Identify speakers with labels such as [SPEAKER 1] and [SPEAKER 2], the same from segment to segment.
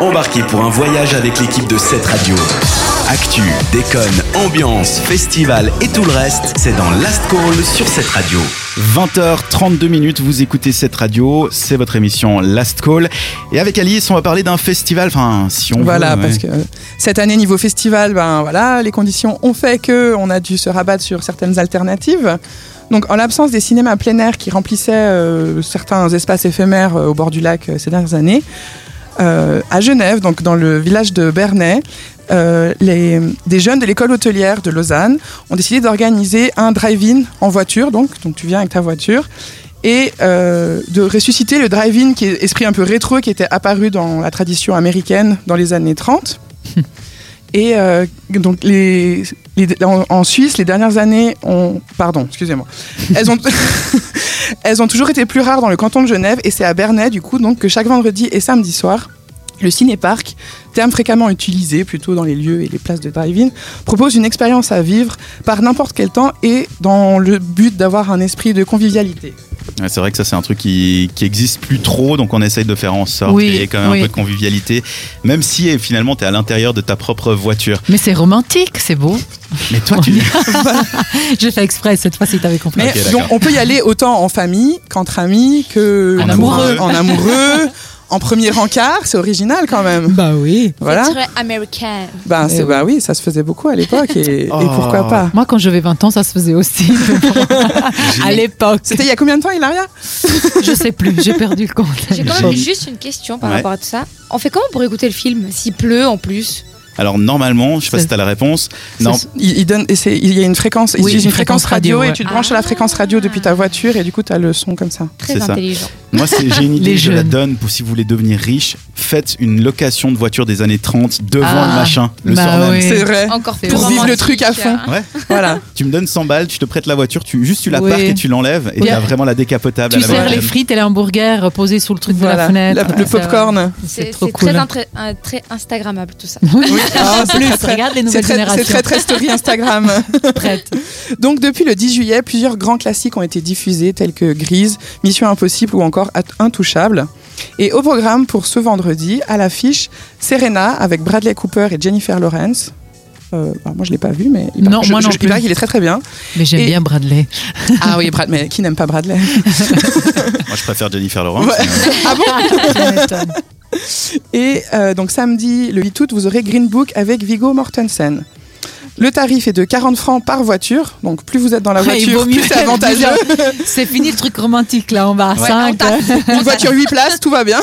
[SPEAKER 1] Embarquez pour un voyage avec l'équipe de cette radio. Actu, déconne, ambiance, festival et tout le reste, c'est dans Last Call sur cette radio.
[SPEAKER 2] 20h32 minutes, vous écoutez cette radio, c'est votre émission Last Call. Et avec Alice, on va parler d'un festival, enfin, si on
[SPEAKER 3] Voilà,
[SPEAKER 2] veut,
[SPEAKER 3] parce
[SPEAKER 2] ouais.
[SPEAKER 3] que euh, cette année, niveau festival, ben voilà, les conditions ont fait que on a dû se rabattre sur certaines alternatives. Donc, en l'absence des cinémas plein air qui remplissaient euh, certains espaces éphémères euh, au bord du lac euh, ces dernières années, euh, à Genève, donc dans le village de Bernay, euh, les, des jeunes de l'école hôtelière de Lausanne ont décidé d'organiser un drive-in en voiture, donc, donc tu viens avec ta voiture, et euh, de ressusciter le drive-in qui est esprit un peu rétro qui était apparu dans la tradition américaine dans les années 30. Et euh, donc les, les- en, en Suisse, les dernières années ont, pardon, excusez-moi, elles ont, elles ont toujours été plus rares dans le canton de Genève et c'est à Bernay du coup donc que chaque vendredi et samedi soir, le ciné-parc, terme fréquemment utilisé plutôt dans les lieux et les places de drive-in, propose une expérience à vivre par n'importe quel temps et dans le but d'avoir un esprit de convivialité.
[SPEAKER 2] Ouais, c'est vrai que ça, c'est un truc qui, qui existe plus trop, donc on essaye de faire en sorte
[SPEAKER 4] Oui,
[SPEAKER 2] qu'il y ait quand même
[SPEAKER 4] oui.
[SPEAKER 2] un peu de convivialité, même si eh, finalement t'es à l'intérieur de ta propre voiture.
[SPEAKER 4] Mais c'est romantique, c'est beau.
[SPEAKER 2] Mais toi, Ah, tu
[SPEAKER 4] J'ai fait exprès cette fois si t'avais compris.
[SPEAKER 3] Mais
[SPEAKER 2] Ok, d'accord.
[SPEAKER 3] donc on peut y aller autant en famille qu'entre amis, que
[SPEAKER 4] En
[SPEAKER 2] amoureux.
[SPEAKER 3] en amoureux, en premier rencard, c'est original quand même.
[SPEAKER 4] Bah oui.
[SPEAKER 3] Voilà.
[SPEAKER 5] Très Eh américain.
[SPEAKER 3] Ben, c'est,
[SPEAKER 4] oui.
[SPEAKER 3] bah oui, ça se faisait beaucoup à l'époque et, et
[SPEAKER 2] Oh.
[SPEAKER 3] pourquoi pas.
[SPEAKER 4] Moi, quand j'avais 20 ans, ça se faisait aussi. à l'époque.
[SPEAKER 3] C'était il y a combien de temps, Hilaria
[SPEAKER 4] Je sais plus, j'ai perdu le compte.
[SPEAKER 5] J'ai quand même juste une question par
[SPEAKER 2] Ouais.
[SPEAKER 5] rapport à tout ça. On fait comment pour écouter le film S'il pleut en plus
[SPEAKER 2] Alors normalement, je sais pas
[SPEAKER 4] C'est-
[SPEAKER 2] si t'as la réponse. Non,
[SPEAKER 3] il, il donne, et c'est- il y a une fréquence, ils
[SPEAKER 4] Oui,
[SPEAKER 3] utilisent
[SPEAKER 4] une
[SPEAKER 3] une fréquence,
[SPEAKER 4] fréquence
[SPEAKER 3] radio,
[SPEAKER 4] radio,
[SPEAKER 3] et tu te
[SPEAKER 5] ouais.
[SPEAKER 3] branches à la fréquence radio
[SPEAKER 5] Ah.
[SPEAKER 3] depuis ta voiture et du coup tu as le son comme ça.
[SPEAKER 2] C'est
[SPEAKER 5] Très
[SPEAKER 2] ça.
[SPEAKER 5] intelligent.
[SPEAKER 2] moi c'est- j'ai une idée,
[SPEAKER 4] Les
[SPEAKER 2] je la
[SPEAKER 4] jeunes.
[SPEAKER 2] donne pour si vous voulez devenir riche, faites une location de voiture des années 30 devant
[SPEAKER 4] Ah.
[SPEAKER 2] le machin, le
[SPEAKER 4] Bah
[SPEAKER 2] soir même.
[SPEAKER 4] oui. Et
[SPEAKER 3] C'est vrai.
[SPEAKER 5] Encore plus
[SPEAKER 4] Pour vivre
[SPEAKER 5] romantique.
[SPEAKER 3] le truc à fond.
[SPEAKER 4] euh,
[SPEAKER 2] Ah.
[SPEAKER 5] hein.
[SPEAKER 3] Voilà.
[SPEAKER 2] Tu me donnes 100 balles, tu te prêtes la voiture, tu juste tu la
[SPEAKER 4] Oui.
[SPEAKER 2] parques et tu l'enlèves et
[SPEAKER 4] Oui.
[SPEAKER 2] t'as vraiment la décapotable
[SPEAKER 4] Tu
[SPEAKER 2] à la
[SPEAKER 4] sers
[SPEAKER 2] Madeleine.
[SPEAKER 4] les frites et les hamburgers posés sous le truc de
[SPEAKER 3] voilà.
[SPEAKER 4] la fenêtre.
[SPEAKER 3] La- le
[SPEAKER 4] C'est vrai.
[SPEAKER 3] popcorn.
[SPEAKER 4] C'est
[SPEAKER 5] C'est
[SPEAKER 4] trop
[SPEAKER 5] c'est
[SPEAKER 4] cool.
[SPEAKER 5] très, intré- un- très Instagrammable tout ça.
[SPEAKER 4] Oui.
[SPEAKER 3] Ah,
[SPEAKER 4] c'est
[SPEAKER 3] plus,
[SPEAKER 4] très- regarde
[SPEAKER 3] C'est
[SPEAKER 4] les nouvelles
[SPEAKER 3] très, c'est
[SPEAKER 4] générations.
[SPEAKER 3] très très story Instagram.
[SPEAKER 4] prêtes.
[SPEAKER 3] Donc depuis le 10 juillet, plusieurs grands classiques ont été diffusés tels que Grise, Mission Impossible ou encore At- Intouchable. Et au programme pour ce vendredi, à l'affiche, Serena avec Bradley Cooper et Jennifer Lawrence. Euh, alors moi je l'ai pas vu, mais il,
[SPEAKER 4] Non,
[SPEAKER 3] je-
[SPEAKER 4] moi non
[SPEAKER 3] je- il
[SPEAKER 4] plus.
[SPEAKER 3] paraît qu'il est très très bien.
[SPEAKER 4] Mais j'aime
[SPEAKER 3] Et-
[SPEAKER 4] bien Bradley.
[SPEAKER 3] Ah oui, Brad, mais qui n'aime pas Bradley
[SPEAKER 2] Moi je préfère Jennifer Lawrence.
[SPEAKER 3] Ouais.
[SPEAKER 2] mais, euh,
[SPEAKER 3] Ah bon
[SPEAKER 4] Tu m'étonnes.
[SPEAKER 3] Et euh, donc samedi, le 8 août, vous aurez Green Book avec Vigo Mortensen. Le tarif est de 40 francs par voiture, donc plus vous êtes dans la
[SPEAKER 4] Ouais, il
[SPEAKER 3] voiture,
[SPEAKER 4] vaut mieux
[SPEAKER 3] plus c'est
[SPEAKER 4] faire
[SPEAKER 3] avantageux.
[SPEAKER 4] C'est fini le truc romantique là, on va à
[SPEAKER 5] Ouais, Ah,
[SPEAKER 4] 5.
[SPEAKER 5] on tape.
[SPEAKER 3] Une voiture 8 places, tout va bien.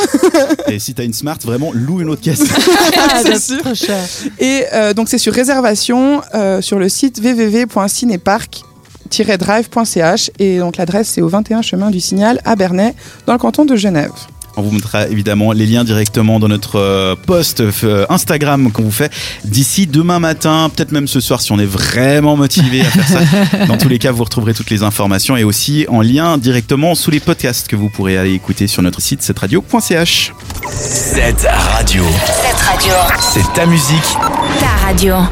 [SPEAKER 2] et si t'as une smart, vraiment loue une autre caisse.
[SPEAKER 3] c'est sûr.
[SPEAKER 4] trop cher.
[SPEAKER 3] Et euh, donc c'est sur réservation euh, sur le site www.cinéparc-drive.ch et donc l'adresse c'est au 21 chemin du Signal à Bernay dans le canton de Genève.
[SPEAKER 2] On vous mettra évidemment les liens directement dans notre euh, post euh, Instagram qu'on vous fait d'ici demain matin, peut-être même ce soir si on est vraiment motivé à faire ça. Dans tous les cas, vous retrouverez toutes les informations et aussi en lien directement sous les podcasts que vous pourrez aller écouter sur notre site cetteradio.ch.
[SPEAKER 1] Cette radio,
[SPEAKER 6] Cette radio,
[SPEAKER 1] c'est ta musique,
[SPEAKER 6] ta radio.